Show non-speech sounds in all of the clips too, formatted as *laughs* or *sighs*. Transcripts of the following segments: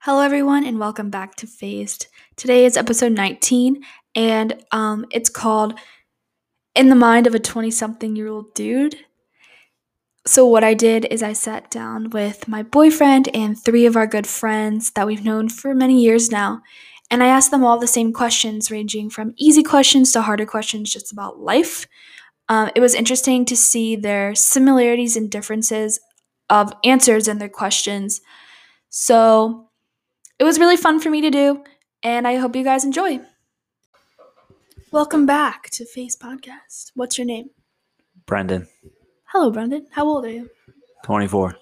Hello, everyone, and welcome back to Phased. Today is episode 19, and um, it's called In the Mind of a 20 something year old dude. So, what I did is I sat down with my boyfriend and three of our good friends that we've known for many years now, and I asked them all the same questions, ranging from easy questions to harder questions just about life. Um, it was interesting to see their similarities and differences of answers and their questions. So, it was really fun for me to do, and I hope you guys enjoy. Welcome back to Face Podcast. What's your name? Brendan, Hello, Brendan. How old are you? 24.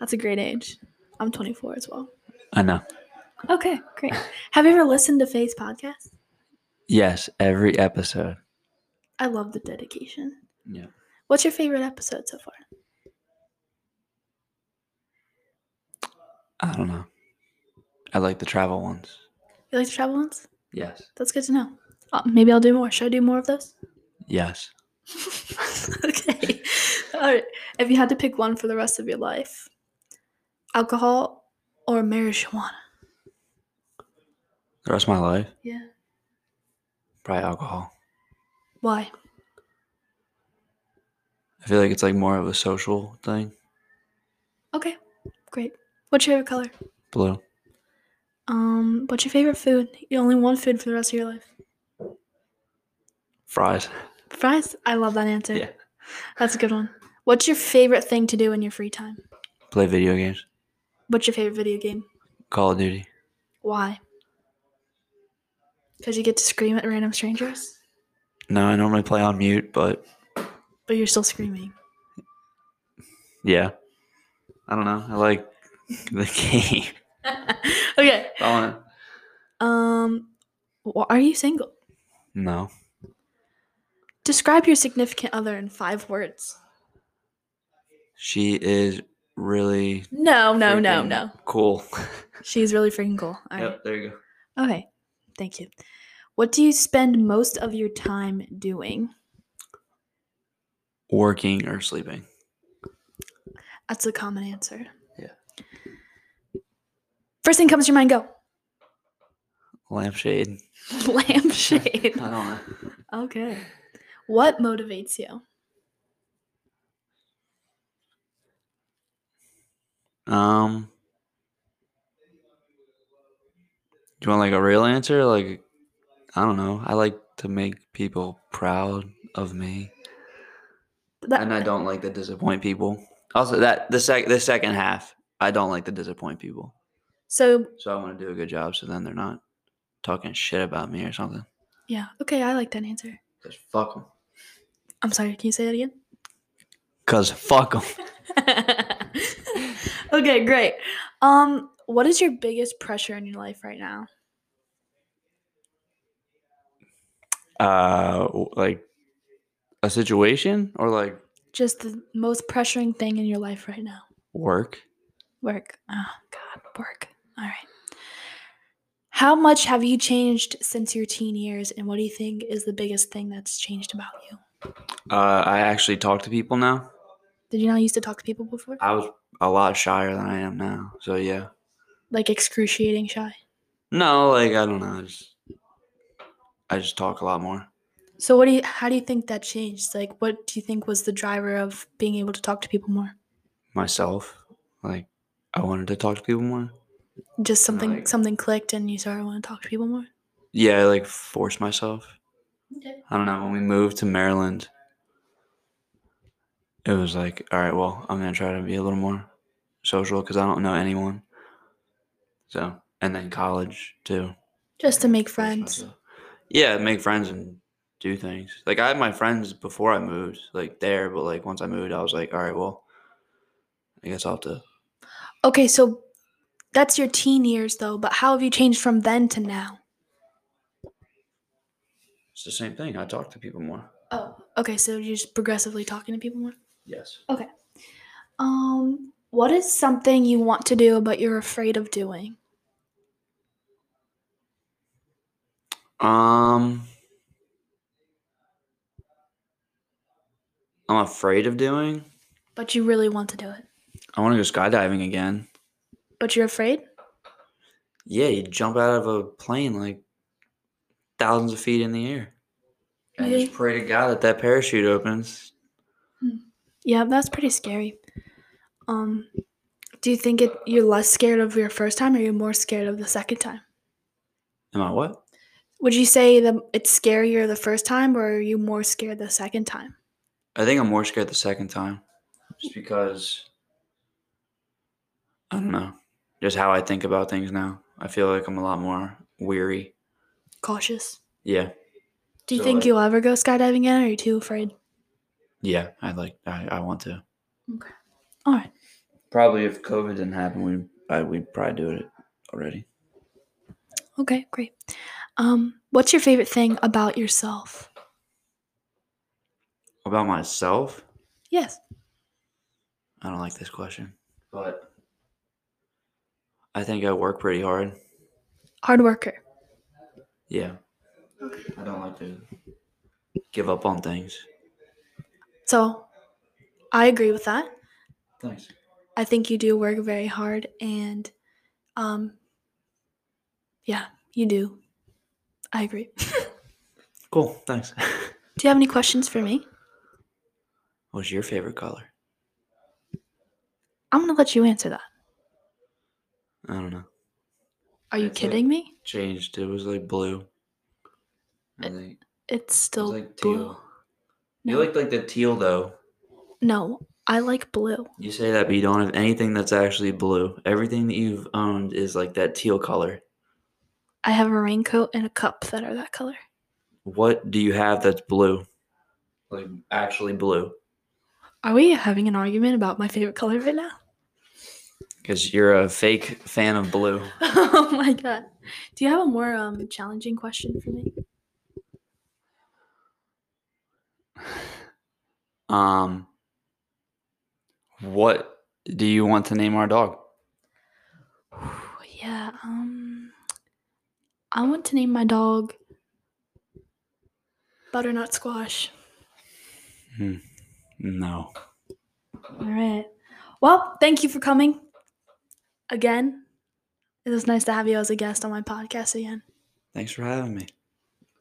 That's a great age. I'm 24 as well. I know. Okay, *laughs* great. Have you ever listened to Face Podcast? Yes, every episode. I love the dedication. Yeah. What's your favorite episode so far? I don't know. I like the travel ones. You like the travel ones? Yes. That's good to know. Uh, maybe I'll do more. Should I do more of those? *laughs* Yes. okay. All right. If you had to pick one for the rest of your life, alcohol or marijuana? The rest of my life, Yeah. probably alcohol. Why? I feel like it's like more of a social thing. Okay, great. What's your favorite color? Blue. Um, what's your favorite food? You only one food for the rest of your life. Fries. Fries. I love that answer. That's a good one. What's your favorite thing to do in your free time? Play video games. What's your favorite video game? Call of Duty. Why? Because you get to scream at random strangers, No, I normally play on mute, but but you're still screaming. yeah. I don't know. I like *laughs* the game. okay. I wanna... Um, wh- are you single? No. Describe your significant other in five words. She is really No, no, no, freaking no. cool. She's really freaking cool. All right. Yep, there you go. Okay, thank you. What do you spend most of your time doing? Working or sleeping. That's a common answer. Yeah. First thing comes to your mind, go. *laughs* Lampshade. *laughs* Lampshade. I don't know. okay. What motivates you? Um, do you want like a real answer? Like, I don't know. I like to make people proud of me, That- and I don't like to disappoint people. Also, that the sec the second half, I don't like to disappoint people. so, So I want to do a good job, so then they're not talking shit about me or something. yeah. Okay, I like that answer. Cause fuck them. I'm sorry, can you say that again? Cause fuck them. *laughs* okay, great. Um, what is your biggest pressure in your life right now? Uh, w- like a situation or like Just the most pressuring thing in your life right now. work. Work. Oh, God, work. All right. How much have you changed since your teen years, and what do you think is the biggest thing that's changed about you? Uh, I actually talk to people now. Did you not used to talk to people before? I was a lot shyer than I am now. So yeah. Like excruciating shy. No, like I don't know. I just, I just talk a lot more. So, what do you? How do you think that changed? Like, what do you think was the driver of being able to talk to people more? Myself, like I wanted to talk to people more. Just something, like- something clicked, and you started wanting to talk to people more. Yeah, I like force myself. Okay. I don't know. When we moved to Maryland, it was like, all right, well, I'm gonna try to be a little more social because I don't know anyone. So, and then college too. Just to make force friends. myself. Yeah, make friends and do things. Like I had my friends before I moved, like there, but like once I moved, I was like, all right, well, I guess I'll have to. Okay, so that's your teen years, though. But how have you changed from then to now? It's the same thing. I talk to people more. Oh, okay. So you're just progressively talking to people more. Yes. Um, what is something you want to do but you're afraid of doing? Um, I'm afraid of doing. But you really want to do it. I want to go skydiving again. But you're afraid? Yeah, you jump out of a plane like thousands of feet in the air. And Really? just pray to God that that parachute opens. Yeah, that's pretty scary. Um, do you think it you're less scared of your first time, or you're more scared of the second time? Am I what? Would you say that it's scarier the first time, or are you more scared the second time? I think I'm more scared the second time. Just because I don't know. Just how I think about things now. I feel like I'm a lot more weary. Cautious. Yeah. Do you So, think like- you'll ever go skydiving again, or are you too afraid? Yeah. I like I, I want to. Okay. All right. Probably if COVID didn't happen we I we'd probably do it already. Okay, great. Um, what's your favorite thing about yourself? About myself? Yes. I don't like this question. But I think I work pretty hard. Hard worker. Yeah. I don't like to give up on things. So, I agree with that. Thanks. I think you do work very hard, and um, yeah, you do. I agree. *laughs* Cool. Thanks. *laughs* Do you have any questions for me? What's your favorite color? I'm gonna let you answer that. I don't know. Are you It's like- kidding me? Changed. It was like blue. I It- think. It's It was still like teal. blue. You like like the teal though. No, I like blue. You say that, but you don't have anything that's actually blue. Everything that you've owned is like that teal color. I have a raincoat and a cup that are that color. What do you have that's blue? Like actually blue. Are we having an argument about my favorite color right now? *laughs* Because you're a fake fan of blue. oh my god. Do you have a more um, challenging question for me? Um, what do you want to name our dog? yeah. Um, I want to name my dog Butternut Squash. No. All right. Well, thank you for coming again. It was nice to have you as a guest on my podcast again. Thanks for having me.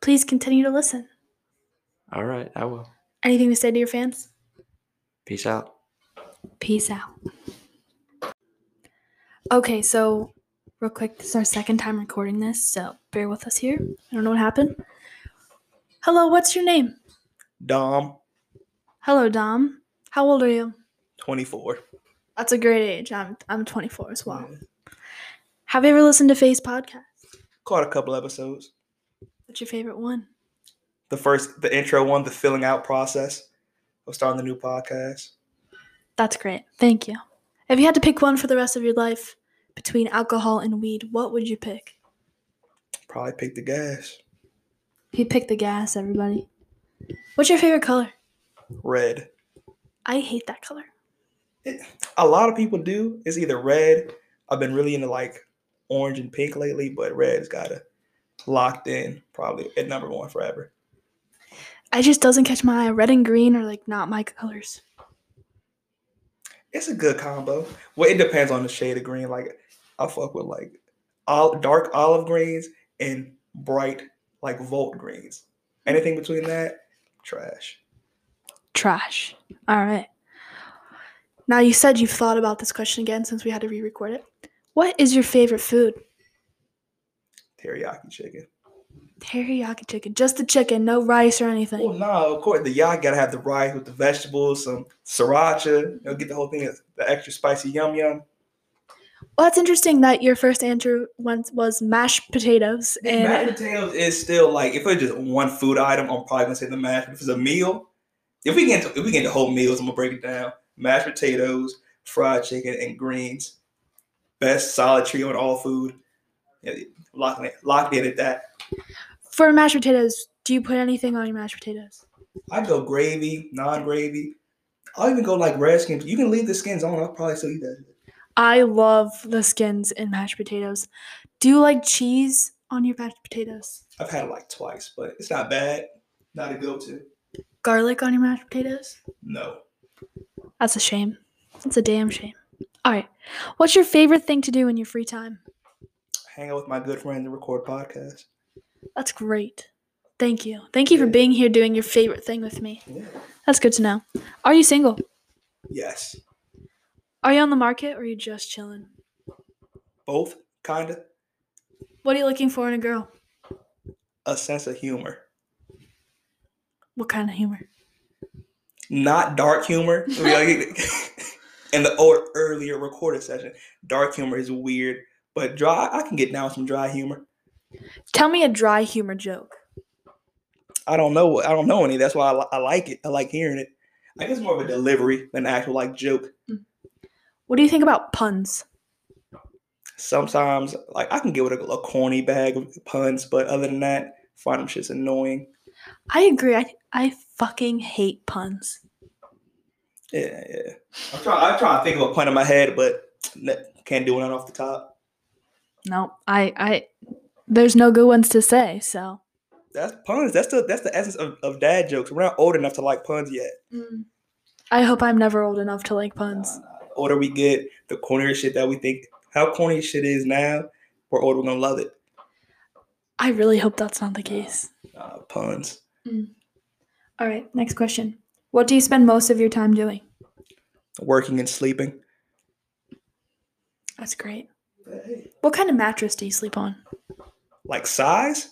Please continue to listen. All right, I will. Anything to say to your fans? Peace out. Peace out. Okay, so real quick, this is our second time recording this, so bear with us here. I don't know what happened. Hello, what's your name? Dom, Hello, Dom. How old are you? 24. That's a great age. I'm I'm 24 as well. Have you ever listened to Face Podcast? Caught a couple episodes. What's your favorite one? The first, the intro one, the filling out process of starting the new podcast. That's great. Thank you. If you had to pick one for the rest of your life between alcohol and weed, what would you pick? Probably picked the gas. He picked the gas, everybody. What's your favorite color? Red. I hate that color. A lot of people do. It's either red. I've been really into like orange and pink lately, but red's got it locked in probably at number one forever. I just doesn't catch my eye. Red and green are like not my colors. It's a good combo. Well, it depends on the shade of green. Like I fuck with like all dark olive greens and bright like volt greens. Anything between that, trash. Trash. All right. Now you said you've thought about this question again since we had to re-record it. What is your favorite food? teriyaki chicken. Teriyaki chicken. Just the chicken, no rice or anything. Well, no, Oh, of course the yaki gotta have the rice with the vegetables, some sriracha. You know, get the whole thing, the extra spicy yum yum. Well, that's interesting that your first answer once was mashed potatoes and mashed potatoes is still like if it's just one food item, I'm probably gonna say the mashed. If it's a meal, if we get into, if we get into whole meals, I'm gonna break it down: mashed potatoes, fried chicken, and greens. Best solid trio in all food. Yeah, Locked in, locked in at that. for mashed potatoes, do you put anything on your mashed potatoes? I go gravy, non gravy. I'll even go like red skins. You can leave the skins on. I'll probably still eat that. I love the skins in mashed potatoes. Do you like cheese on your mashed potatoes? I've had it like twice, but it's not bad. Not a go-to. Garlic on your mashed potatoes? No. That's a shame. That's a damn shame. All right. What's your favorite thing to do in your free time? hang out with my good friends and record podcasts. That's great. Thank you. Thank you for being here doing your favorite thing with me. Yeah. That's good to know. Are you single? Yes. Are you on the market or are you just chilling? Both, kinda. What are you looking for in a girl? A sense of humor. What kind of humor? Not dark humor. We gotta get- *laughs* In the old, earlier recorded session, dark humor is weird, but dry. I can get down with some dry humor. Tell me a dry humor joke. I don't know. I don't know any. That's why I, li- I like it. I like hearing it. I guess more of a delivery than actual like joke. What do you think about puns? sometimes like I can get with a, a corny bag of puns, but other than that, find them shit's annoying. I agree. I, I fucking hate puns. Yeah, yeah. I'm trying. I'm trying to think of a pun in my head, but n- can't do one off the top. No, I I there's no good ones to say, so That's puns. That's the that's the essence of, of dad jokes. We're not old enough to like puns yet. Mm. I hope I'm never old enough to like puns. The older we get, the cornier shit that we think how corny shit is now, we're older. We're gonna love it. I really hope that's not the case. Uh, puns. All right, next question. What do you spend most of your time doing? Working and sleeping. That's great. What kind of mattress do you sleep on? Like size.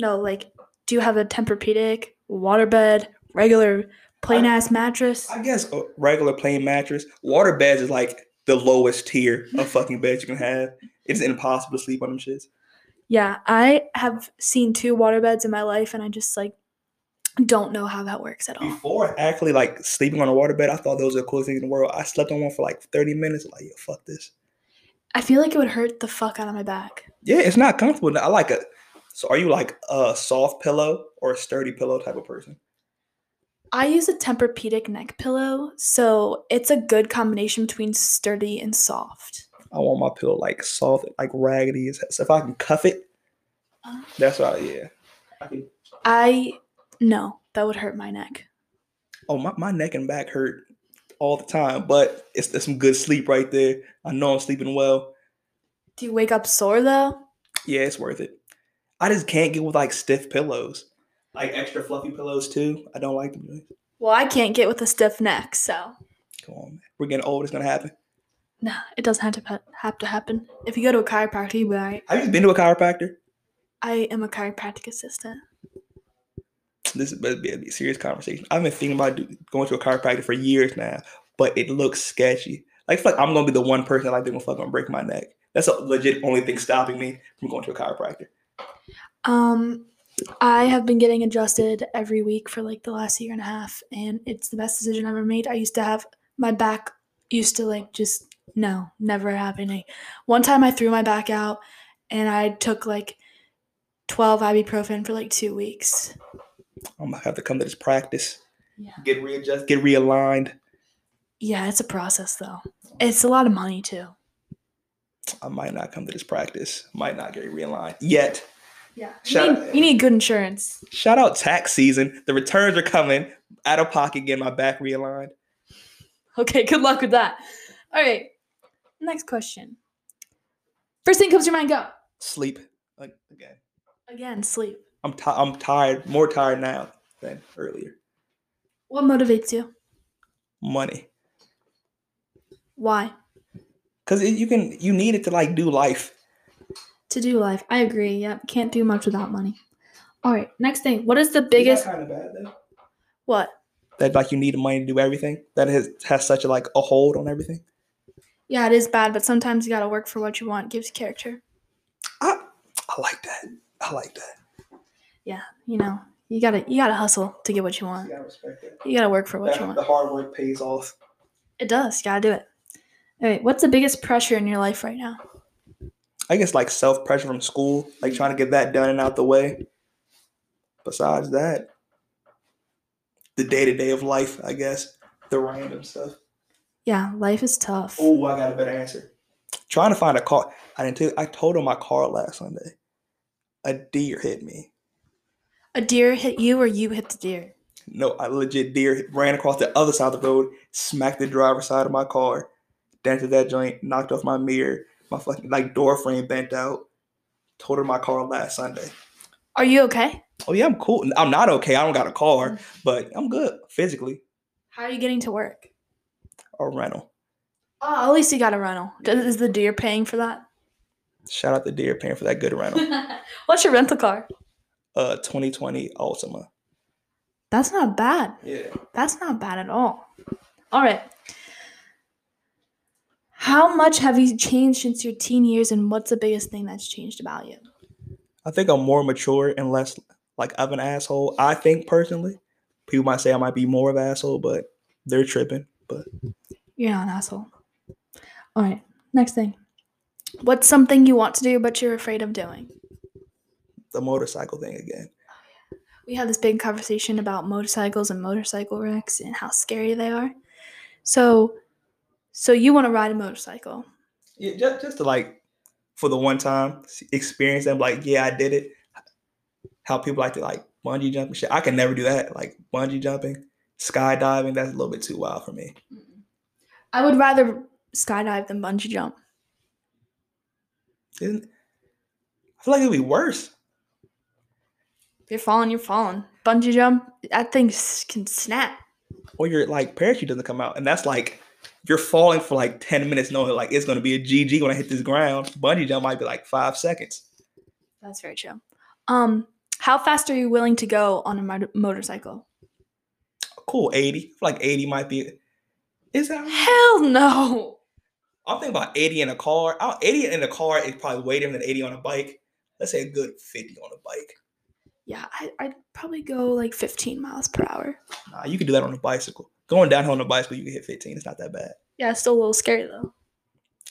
No, like do you have a Tempur-Pedic, waterbed, regular plain ass mattress? I guess a regular plain mattress. Water beds is like the lowest tier of fucking beds you can have. It's impossible to sleep on them shits. Yeah, I have seen two waterbeds in my life and I just like don't know how that works at all. Before actually like sleeping on a water bed, I thought those were the coolest things in the world. I slept on one for like 30 minutes. Like, yo, fuck this. I feel like it would hurt the fuck out of my back. Yeah, it's not comfortable. I like a so are you like a soft pillow or a sturdy pillow type of person? I use a Tempur-Pedic neck pillow, so it's a good combination between sturdy and soft. I want my pillow like soft, like raggedy as hell. So if I can cuff it, Uh. that's what I yeah. I can, I no, that would hurt my neck. oh my, my neck and back hurt all the time, but it's, it's some good sleep right there. I know I'm sleeping well. Do you wake up sore though? Yeah, it's worth it. I just can't get with like stiff pillows, like extra fluffy pillows too. I don't like them. really. Well, I can't get with a stiff neck, so Come on, man. We're getting old. It's gonna happen. nah, it doesn't have to pa- have to happen. If you go to a chiropractor, you'll be all right. Have you been to a chiropractor? I am a chiropractic assistant. This is be a serious conversation. I've been thinking about do- going to a chiropractor for years now, but it looks sketchy. Like, I feel like I'm gonna be the one person that like they're gonna fuck gonna break my neck. That's the legit only thing stopping me from going to a chiropractor. Um, I have been getting adjusted every week for like the last year and a half, and it's the best decision I've ever made. I used to have my back used to like just no, never happening. One time I threw my back out and I took like 12 ibuprofen for like two weeks. I'm gonna have to come to this practice, Yeah. get readjust, get realigned. Yeah, it's a process though. It's a lot of money too. I might not come to this practice. Might not get realigned yet. Yeah. Shout You need, out- you need good insurance. Shout out tax season. The returns are coming. Out of pocket, getting my back realigned. Okay, *laughs* good luck with that. All right. Next question. First thing comes to your mind, go. Sleep like, again. Again, sleep. I'm ti I'm tired. More tired now than earlier. What motivates you? Money, Why? cause it, you can you need it to like do life. To do life. I agree. Yep. Can't do much without money. All right. Next thing. What is the biggest? kind of bad though. What? That like you need money to do everything. That has has such a like a hold on everything. Yeah, it is bad, but sometimes you gotta work for what you want. Gives character. I I like that. I like that. You know, you gotta you gotta hustle to get what you want. I respect that. You gotta work for what you want. hard work pays off. It does. You gotta do it. All right. What's the biggest pressure in your life right now? I guess like self pressure from school, like trying to get that done and out the way. Besides that, the day to day of life, I guess, the random stuff. Yeah, life is tough. Oh, I got a better answer. Trying to find a car. I didn't. Tell, I told him my car last Sunday. A deer hit me. A deer hit you, or you hit the deer. No, I legit deer hit- ran across the other side of the road, smacked the driver's side of my car, dented that joint, knocked off my mirror, my fucking like door frame bent out, Totaled my car last Sunday. Are you okay? Oh yeah, I'm cool. I'm not okay. I don't got a car, but I'm good physically. How are you getting to work? Or rental. Oh, at least you got a rental. Does- Is the deer paying for *laughs* that? Shout out to Deer Pan for that good *laughs* rental. What's your rental car? Uh, 2020 Ultima. That's not bad. Yeah. That's not bad at all. All right. How much have you changed since your teen years, and what's the biggest thing that's changed about you? I think I'm more mature and less like of an asshole. I think personally, people might say I might be more of an asshole, but they're tripping. But You're not an asshole. All right. Next thing. What's something you want to do but you're afraid of doing? the motorcycle thing again. We had this big conversation about motorcycles and motorcycle wrecks and how scary they are. So, so you want to ride a motorcycle? Yeah, just, just to like for the one time s- experience them, like yeah, I did it. How people like to like bungee jump and shit. I can never do that. Like bungee jumping, skydiving. That's a little bit too wild for me. I would rather skydive than bungee jump. Isn't, I feel like it'd be worse. If you're falling, you're falling. Bungee jump, that thing s- can snap. or your like parachute doesn't come out, and that's like you're falling for like ten minutes, knowing like it's gonna be a GG when I hit this ground. Bungee jump might be like five seconds. That's very true. Um, how fast are you willing to go on a mo- motorcycle? Cool, eighty. Like eighty might be. Is that? Hell no. I'm thinking about eighty in a car. I, eighty in a car is probably way different than eighty on a bike. Let's say a good fifty on a bike. Yeah, I, I'd probably go like 15 miles per hour. Nah, you could do that on a bicycle. Going downhill on a bicycle, you can hit fifteen. It's not that bad. Yeah, it's still a little scary though.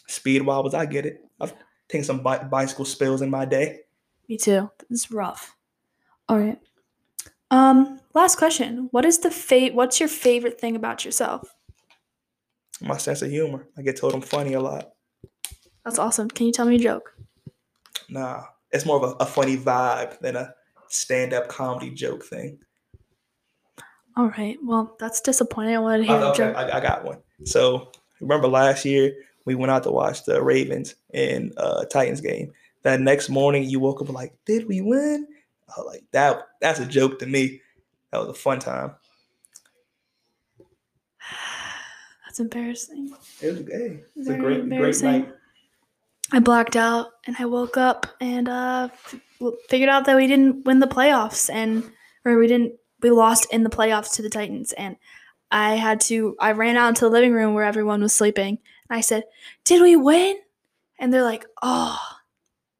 Speed wobbles, I get it. I've taken some bi- bicycle spills in my day. Me too. It's rough. All right. Um, last question. What is the fate? What's your favorite thing about yourself? My sense of humor. I get told I'm funny a lot. That's awesome. Can you tell me a joke? Nah, it's more of a, a funny vibe than a stand-up comedy joke thing. All right. Well, that's disappointing. I wanted to I, hear a okay, joke. I, I got one. So remember last year we went out to watch the Ravens and uh, Titans game. That next morning you woke up like, did we win? I was like that. That's a joke to me. That was a fun time. That's embarrassing. It was hey, it's a Very great, great embarrassing. night. I blacked out and I woke up and uh, f- w- figured out that we didn't win the playoffs and or we didn't we lost in the playoffs to the Titans and I had to I ran out into the living room where everyone was sleeping and I said, "Did we win?" And they're like, "Oh,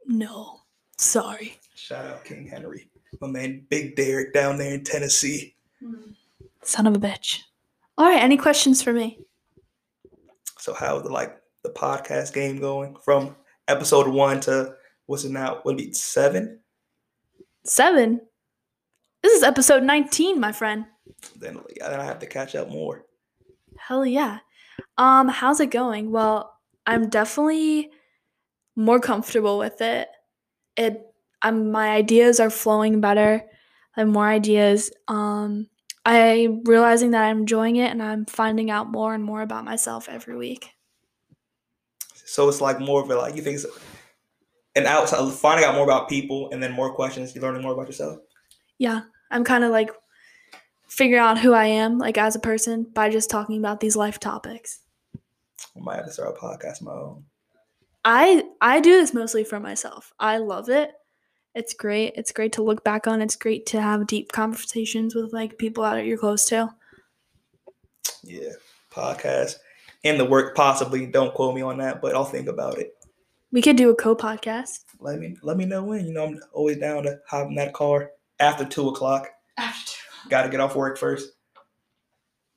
no, sorry." Shout out King Henry, my man, Big Derek down there in Tennessee. Son of a bitch. All right, any questions for me? So how's the like the podcast game going from episode one to what's it now? Would it be seven? Seven. This is episode nineteen, my friend. then then I have to catch up more. Hell yeah. Um, how's it going? Well, I'm definitely more comfortable with it. It um my ideas are flowing better. I have more ideas. Um I'm realizing that I'm enjoying it and I'm finding out more and more about myself every week. So it's like more of a like you think it's an outside finding out more about people and then more questions. You're learning more about yourself. Yeah. I'm kind of like figuring out who I am like as a person by just talking about these life topics. I might have to start a podcast of my own. I I do this mostly for myself. I love it. It's great. It's great to look back on. It's great to have deep conversations with like people that you're close to. Yeah, podcast in the work possibly. Don't quote me on that, but I'll think about it. We could do a co-podcast Let me let me know when. You know I'm always down to hop in that car after two o'clock. after. Got to get off work first.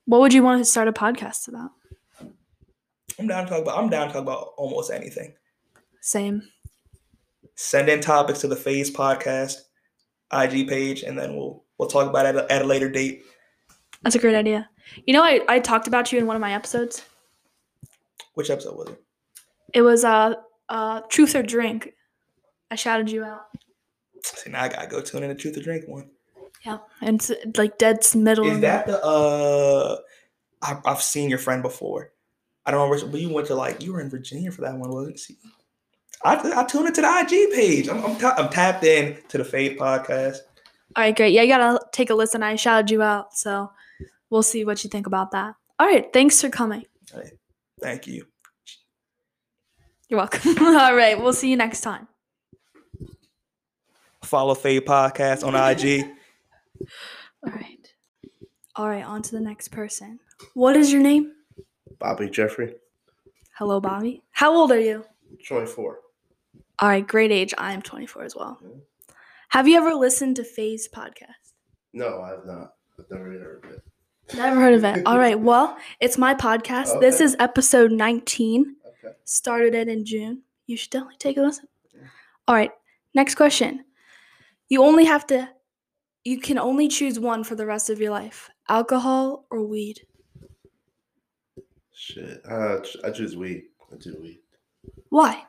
What would you want to start a podcast about? I'm down to talk about. I'm down to talk about almost anything. Same. Send in topics to the Phase Podcast IG page, and then we'll we'll talk about it at a, at a later date. That's a great idea. You know, I, I talked about you in one of my episodes. Which episode was it? It was uh uh Truth or Drink. I shouted you out. See, now I gotta go tune in to Truth or Drink one. Yeah. And it's like dead s- middle Is of- that the uh? I, I've seen your friend before. I don't remember, but you went to like you were in Virginia for that one, wasn't it? See, I, I tune into the IG page. I'm, I'm, ta- I'm tapped in to the Fade podcast. All right, great. Yeah, you gotta take a listen. I shouted you out, so we'll see what you think about that. All right, thanks for coming. Thank you. You're welcome. *laughs* All right, we'll see you next time. Follow Fade podcast on IG. All right. All right, on to the next person. What is your name? Bobby Jeffrey, Hello, Bobby. How old are you? 24. All right, great age. I am 24 as well. Have you ever listened to Faye's podcast? No, I've not. I've never heard of it. Never heard of *laughs* it. All right, well, it's my podcast. This Okay. is episode 19. Okay. Started it in June. You should definitely take a listen. All right, next question. You only have to, you can only choose one for the rest of your life alcohol or weed. Shit. Uh, ch- I choose weed. I do weed. Why?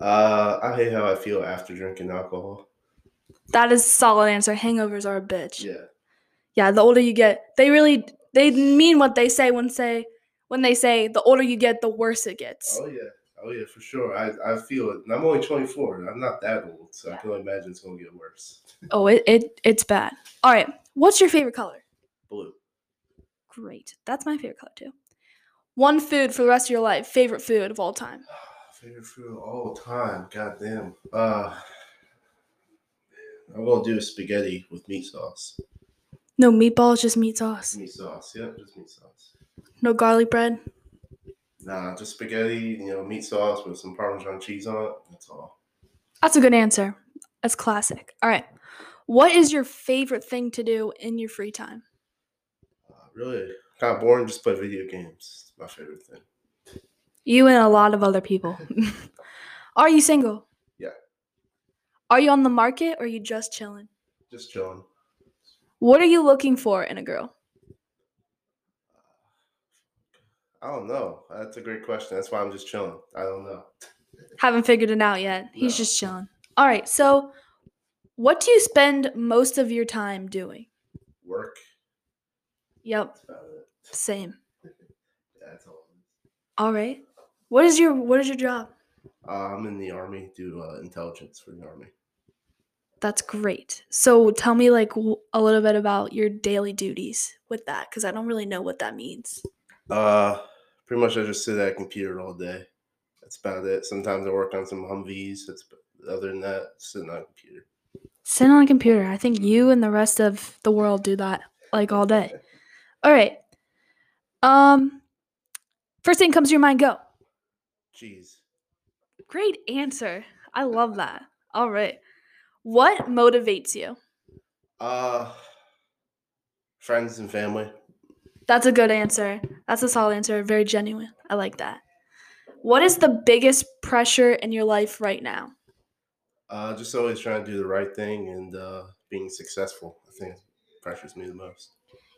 Uh, I hate how I feel after drinking alcohol. That is a solid answer. Hangovers are a bitch. Yeah. yeah the older you get they really they mean what they say when say when they say the older you get the worse it gets Oh, yeah. Oh, yeah, for sure. I, I feel it. And I'm only 24. I'm not that old, so I can only imagine it's going to get worse. oh it, it it's bad all right what's your favorite color *laughs* Blue. great that's my favorite color too one food for the rest of your life favorite food of all time Ah, Favorite food of all time. Goddamn. Uh, I'm going to do spaghetti with meat sauce. no meatballs just meat sauce Meat sauce. Yep, just meat sauce. no garlic bread Nah, just spaghetti, you know, meat sauce with some Parmesan cheese on it. That's all. that's a good answer that's classic all right what is your favorite thing to do in your free time Uh, really got boring. Just play video games. It's my favorite thing. you and a lot of other *laughs* people *laughs* are you single Yeah. are you on the market or are you just chilling Just chilling. What are you looking for in a girl? I don't know. That's a great question. That's why I'm just chilling. I don't know. *laughs* Haven't figured it out yet. He's No. just chilling. All right. So, what do you spend most of your time doing? Work. Yep. That's about it. Same. That's all. All right. What is your What is your job? Uh, I'm in the army. Do uh, intelligence for the army. That's great. So, tell me like w- a little bit about your daily duties with that, because I don't really know what that means. Uh, pretty much I just sit at a computer all day. That's about it. Sometimes I work on some Humvees. That's other than that, sitting on a computer. Sit on a computer. I think you and the rest of the world do that like all day. All right. Um. First thing comes to your mind. Go. Cheese. Great answer. I love that. All right. What motivates you? Uh, friends and family. That's a good answer. That's a solid answer. Very genuine. I like that. What is the biggest pressure in your life right now? Uh, just always trying to do the right thing and uh, being successful. I think pressures me the most.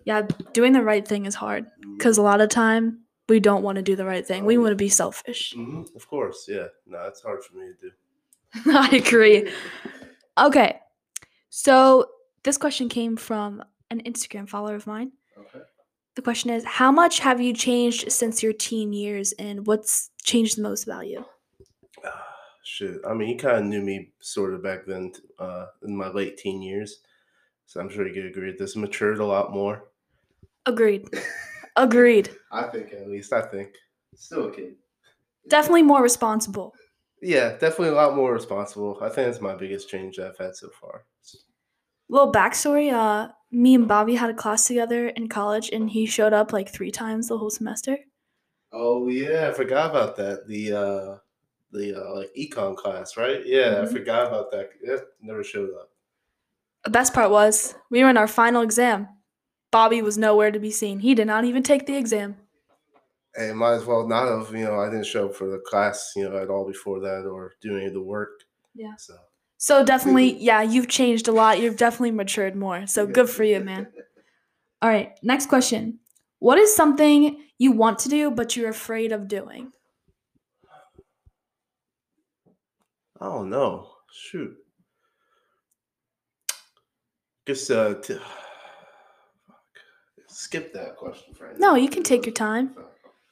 Yeah, doing the right thing is hard because a lot of time we don't want to do the right thing. We want to be selfish. hmm of course, yeah. No, it's hard for me to do. *laughs* I agree. Okay. So this question came from an Instagram follower of mine. Okay. The question is, how much have you changed since your teen years, and what's changed the most about you? Shit, I mean, he kind of knew me sort of back then, t- uh, in my late teen years. So I'm sure you could agree with this. Matured a lot more. Agreed. *laughs* Agreed. I think, at least. I think. Still a kid. Definitely more responsible. Yeah, definitely a lot more responsible. I think that's my biggest change I've had so far. Little backstory: uh, me and Bobby had a class together in college, and he showed up like three times the whole semester. Oh yeah, I forgot about that. The uh the uh like econ class, right? Yeah, Mhm. I forgot about that. That never showed up. The best part was we were in our final exam. Bobby was nowhere to be seen. He did not even take the exam. And might as well not have, you know, I didn't show up for the class, you know, at all before that or do any of the work. Yeah. So So definitely, yeah, you've changed a lot. You've definitely matured more. So yeah. good for you, man. All right, next question. What is something you want to do but you're afraid of doing? *laughs* I don't know. Shoot. Guess uh t- *sighs* skip that question for No, you can take your time.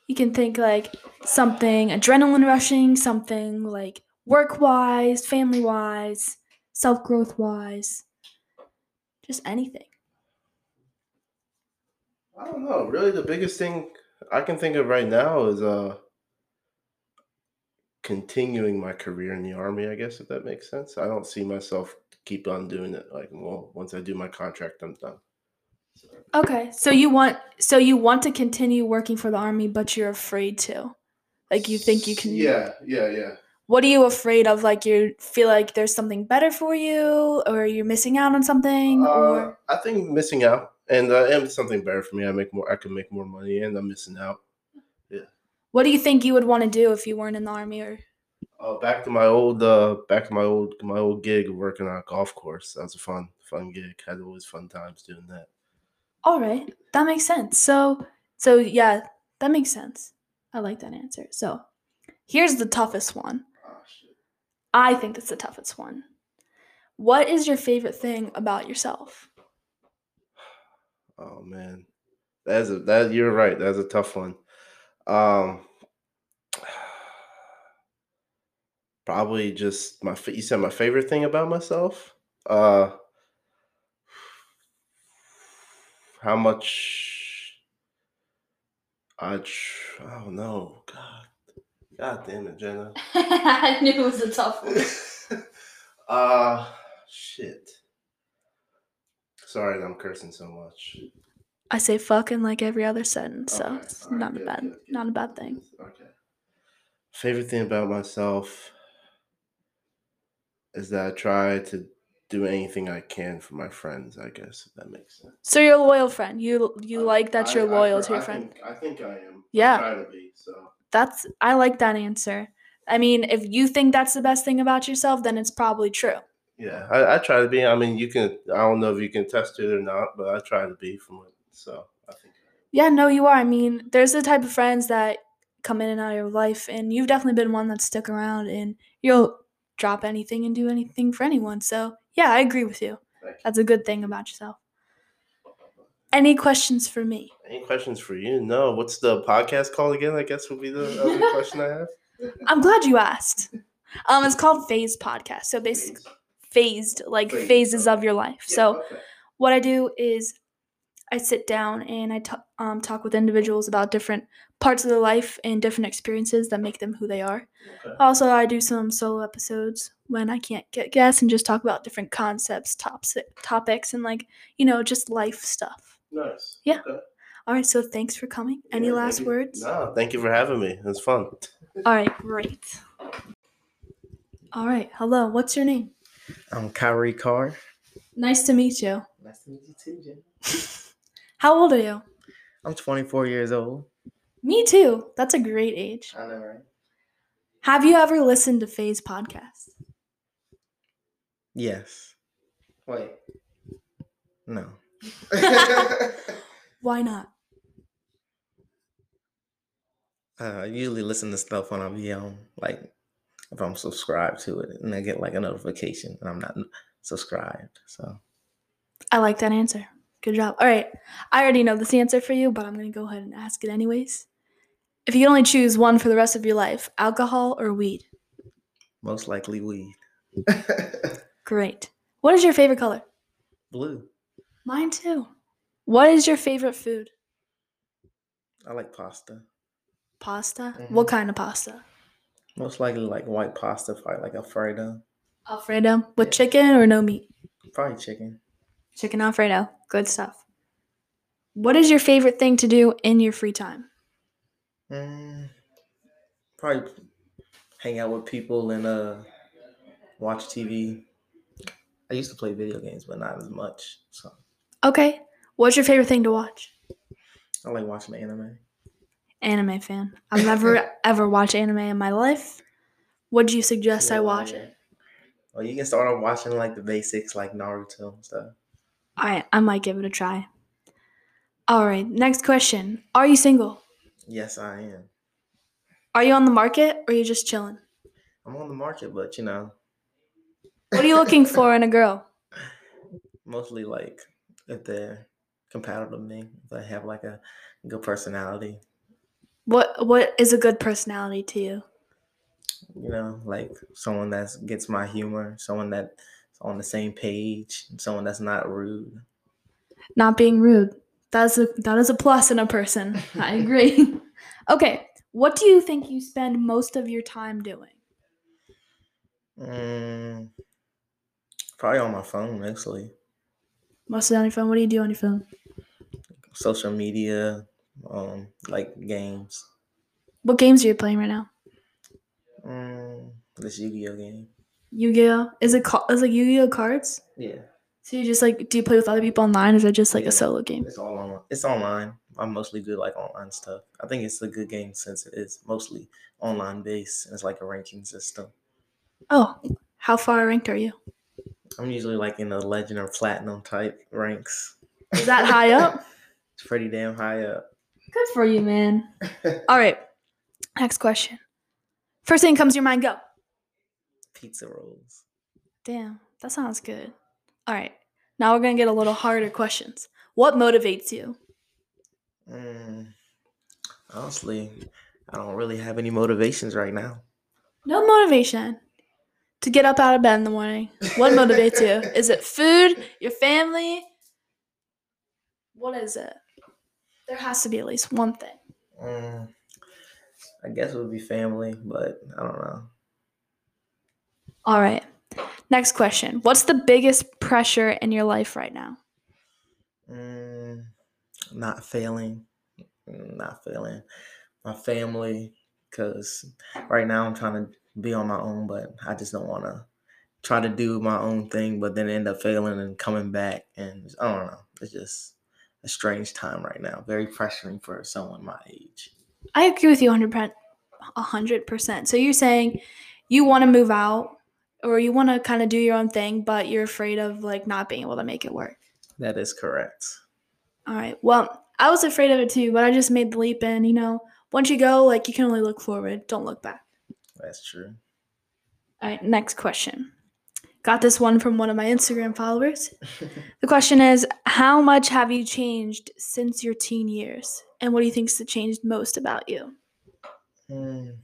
You can think like something adrenaline rushing, something like work wise, family wise, self growth wise, just anything. I don't know. Really, the biggest thing I can think of right now is uh continuing my career in the army. I guess if that makes sense. I don't see myself keep on doing it. Like, well, once I do my contract, I'm done. Okay, so you want so you want to continue working for the army, but you're afraid to. Like you think you can. Yeah, yeah, yeah. What are you afraid of? Like you feel like there's something better for you, or you're missing out on something, Uh, or I think missing out, and uh, and something better for me. I make more. I can make more money, and I'm missing out. what do you think you would want to do if you weren't in the army? Or Uh, back to my old, uh, back to my old, my old gig working on a golf course. That was a fun, fun gig. Had always fun times doing that. all right, that makes sense. So so yeah, that makes sense. I like that answer. So here's the toughest one. Oh, shit. I think that's the toughest one. What is your favorite thing about yourself? Oh man, that's a that. You're right. That's a tough one. Um, *sighs* probably just my. fa- You said my favorite thing about myself. Uh, how much I. Tr- I don't know. God, God damn it, Jenna. *laughs* I knew it was a tough *laughs* uh, shit. Sorry, that I'm cursing so much. I say fucking like every other sentence, so Okay, it's alright, not a good, bad good, good. not a bad thing. Okay. Favorite thing about myself is that I try to do anything I can for my friends. I guess if that makes sense. So you're a loyal friend. You you I- like that you're I- I- loyal to I your friend. think- I think I am. Yeah. I try to be. So That's I like that answer. I mean, if you think that's the best thing about yourself, then it's probably true. yeah, I, I try to be. I mean, you can. I don't know if you can test it or not, but I try to be from it. So I think. Yeah, no, you are. I mean, there's the type of friends that come in and out of your life, and you've definitely been one that stuck around and you'll drop anything and do anything for anyone. So, yeah, I agree with you. Thank you. That's a good thing about yourself. Any questions for me? Any questions for you? No. What's the podcast called again? I guess would be the other *laughs* question I have. I'm glad you asked. Um, it's called Phase Podcast. So, basically, phased, like Phased, phases okay. of your life. Yeah, So, okay. what I do is I sit down and I ta- um, talk with individuals about different parts of their life and different experiences that make them who they are. Okay. Also, I do some solo episodes when I can't get guests and just talk about different concepts, tops- topics, and like, you know, just life stuff. nice. Yeah. Okay. All right, so thanks for coming. Any Yeah, last thank you. words? No, thank you for having me. It was fun. All right, great. All right, hello, what's your name? I'm Kyrie Carr. Nice to meet you. Nice to meet you too, Jen. How old are you? I'm 24 years old. Me too. That's a great age. I know, right? Have you ever listened to Phase *laughs* Podcast? Yes. Wait. No. Why not? Uh, I usually listen to stuff when I'm young, like if I'm subscribed to it, and I get like a notification, and I'm not subscribed. So I like that answer. Good job. All right. I already know this answer for you, but I'm going to go ahead and ask it anyways. If you could only choose one for the rest of your life, alcohol or weed? most likely weed. Great. What is your favorite color? Blue. Mine too. What is your favorite food? I like pasta. Pasta. Mhm. What kind of pasta? Most likely like white pasta, probably like Alfredo, Alfredo with Yeah. chicken or no meat? probably chicken. Chicken Alfredo. Good stuff. What is your favorite thing to do in your free time? Mm, probably hang out with people and uh watch TV. I used to play video games, but not as much. So Okay. What's your favorite thing to watch? I like watching anime. Anime fan. I've never ever watched anime in my life. Would you suggest I Yeah, watch yeah. it? Well, you can start off watching like the basics, like Naruto and stuff. All right, I might give it a try. All right, next question. Are you single? Yes, I am. Are you on the market or are you just chilling? I'm on the market, but you know, What are you looking for in a girl? mostly like if they're compatible to me, if they have like a good personality. What what is a good personality to you? you know, like someone that gets my humor, someone that's on the same page, someone that's not rude. Not being rude. That is a that is a plus in a person. I agree. okay. What do you think you spend most of your time doing? Mm, probably on my phone, actually. Mostly on your phone. What do you do on your phone? Social media, um, like games. What games are you playing right now? Mm, this Yu-Gi-Oh game. Yu-Gi-Oh. Is it ca- is like Yu-Gi-Oh cards? Yeah, So you just like do you play with other people online? Or is it just like Yeah. a solo game? it's all on. It's online. I'm mostly good like online stuff. I think it's a good game since it is mostly online based and it's like a ranking system. Oh, how far ranked are you? I'm usually like in the legend or platinum type ranks. Is that high up? It's pretty damn high up. Good for you, man. All right. Next question. First thing comes to your mind, go. Pizza rolls. Damn, that sounds good. All right. Now we're going to get a little harder questions. What motivates you? Mm, honestly, I don't really have any motivations right now. No motivation. To get up out of bed in the morning. What motivates you? Is it food, your family? What is it? There has to be at least one thing. Mm, I guess it would be family, but I don't know. All right. Next question. What's the biggest pressure in your life right now? Mm, not failing. Mm, Not failing. My family, because right now I'm trying to be on my own, but I just don't want to try to do my own thing, but then end up failing and coming back. And I don't know. It's just a strange time right now. Very pressuring for someone my age. I agree with you 100%. 100%. So you're saying you want to move out or you want to kind of do your own thing, but you're afraid of like not being able to make it work. That is correct. All right. Well, I was afraid of it too, but I just made the leap and, you know, once you go, like you can only look forward, don't look back. That's true. All right, next question. Got this one from one of my Instagram followers. The question is, how much have you changed since your teen years? And what do you think's the changed most about you? Mm,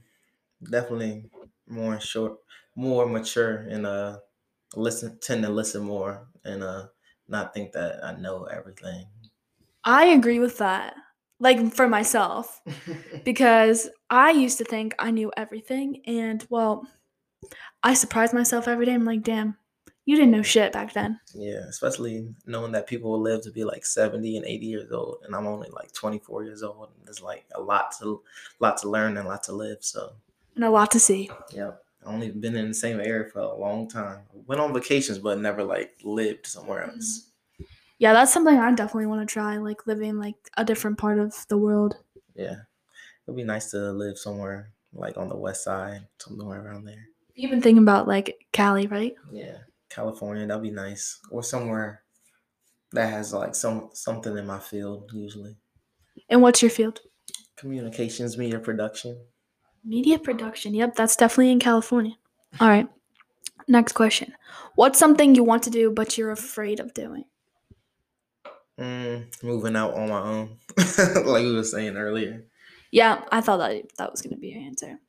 definitely more short, more mature, and uh, listen, tend to listen more, and uh, not think that I know everything. I agree with that. Like for myself, because I used to think I knew everything. And well, I surprise myself every day. I'm like, damn, you didn't know shit back then. yeah, especially knowing that people will live to be like seventy and eighty years old, and I'm only like twenty four years old. And there's like a lot to, lot to learn and a lot to live. So, And a lot to see. yeah, I only been in the same area for a long time. Went on vacations, but never like lived somewhere else. Yeah, that's something I definitely want to try, like living like a different part of the world. Yeah. It'd be nice to live somewhere like on the west side, somewhere around there. You've been thinking about like Cali, right? Yeah. California, that'd be nice. Or somewhere that has like some something in my field usually. And what's your field? Communications, media production. Media production. Yep, that's definitely in California. All right. Next question. What's something you want to do but you're afraid of doing? Mm, moving out on my own. *laughs* like we were saying earlier. Yeah, I thought that that was going to be your answer.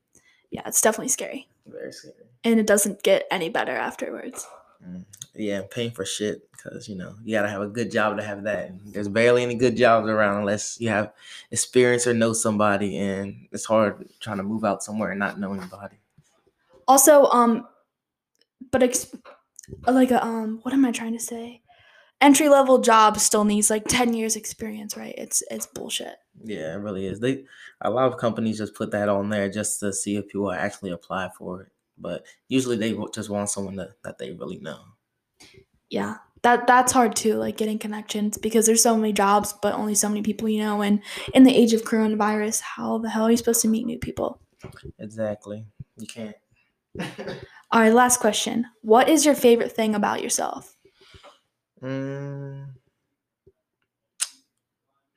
Yeah, it's definitely scary. Very scary. And it doesn't get any better afterwards. Mm, Yeah, paying for shit because you know you gotta have a good job to have that. And There's barely any good jobs around unless you have experience or know somebody, and it's hard trying to move out somewhere and not know anybody. Also, um, but ex- like a, um, what am I trying to say? Entry level job still needs like ten years experience, right? It's it's bullshit. Yeah, it really is. They a lot of companies just put that on there just to see if people actually apply for it, but usually they wa- just want someone that, that they really know. Yeah, that that's hard too. Like getting connections because there's so many jobs, but only so many people you know. And in the age of coronavirus, how the hell are you supposed to meet new people? Exactly. You can't. All right, last question. What is your favorite thing about yourself? Mm.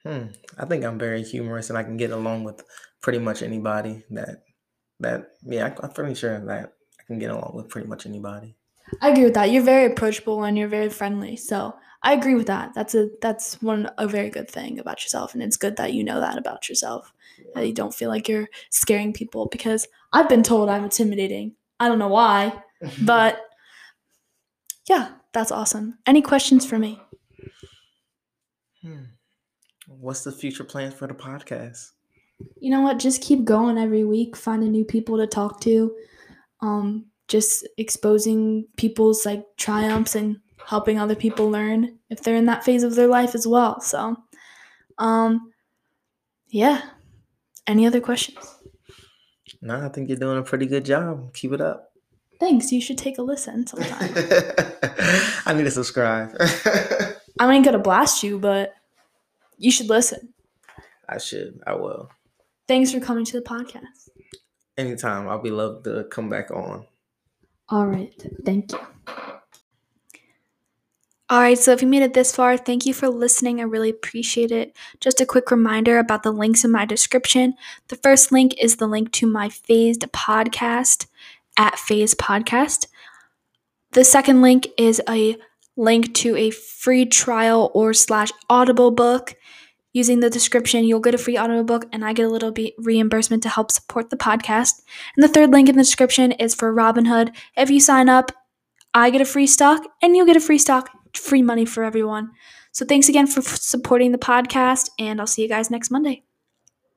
Hmm. I think I'm very humorous and I can get along with pretty much anybody that that yeah, I, I'm pretty sure that I can get along with pretty much anybody. I agree with that. You're very approachable and you're very friendly. So I agree with that. That's a that's one a very good thing about yourself, and it's good that you know that about yourself. That you don't feel like you're scaring people because I've been told I'm intimidating. I don't know why, but yeah, that's awesome. Any questions for me? Hmm. What's the future plans for the podcast? You know what? Just keep going every week, finding new people to talk to. Um, just exposing people's like triumphs and helping other people learn if they're in that phase of their life as well. So, um, yeah. Any other questions? No, I think you're doing a pretty good job. Keep it up. Thanks. You should take a listen sometime. *laughs* I need to subscribe. *laughs* I ain't gonna blast you, but you should listen. I should. I will. Thanks for coming to the podcast. Anytime. I'll be loved to come back on. All right. Thank you. All right, so if you made it this far, thank you for listening. I really appreciate it. Just a quick reminder about the links in my description. The first link is the link to my Phased podcast at Phased Podcast. The second link is a link to a free trial or slash audible book. Using the description, you'll get a free audiobook and I get a little bit reimbursement to help support the podcast. And the third link in the description is for Robinhood. If you sign up, I get a free stock and you get a free stock, free money for everyone. So thanks again for f- supporting the podcast and I'll see you guys next Monday.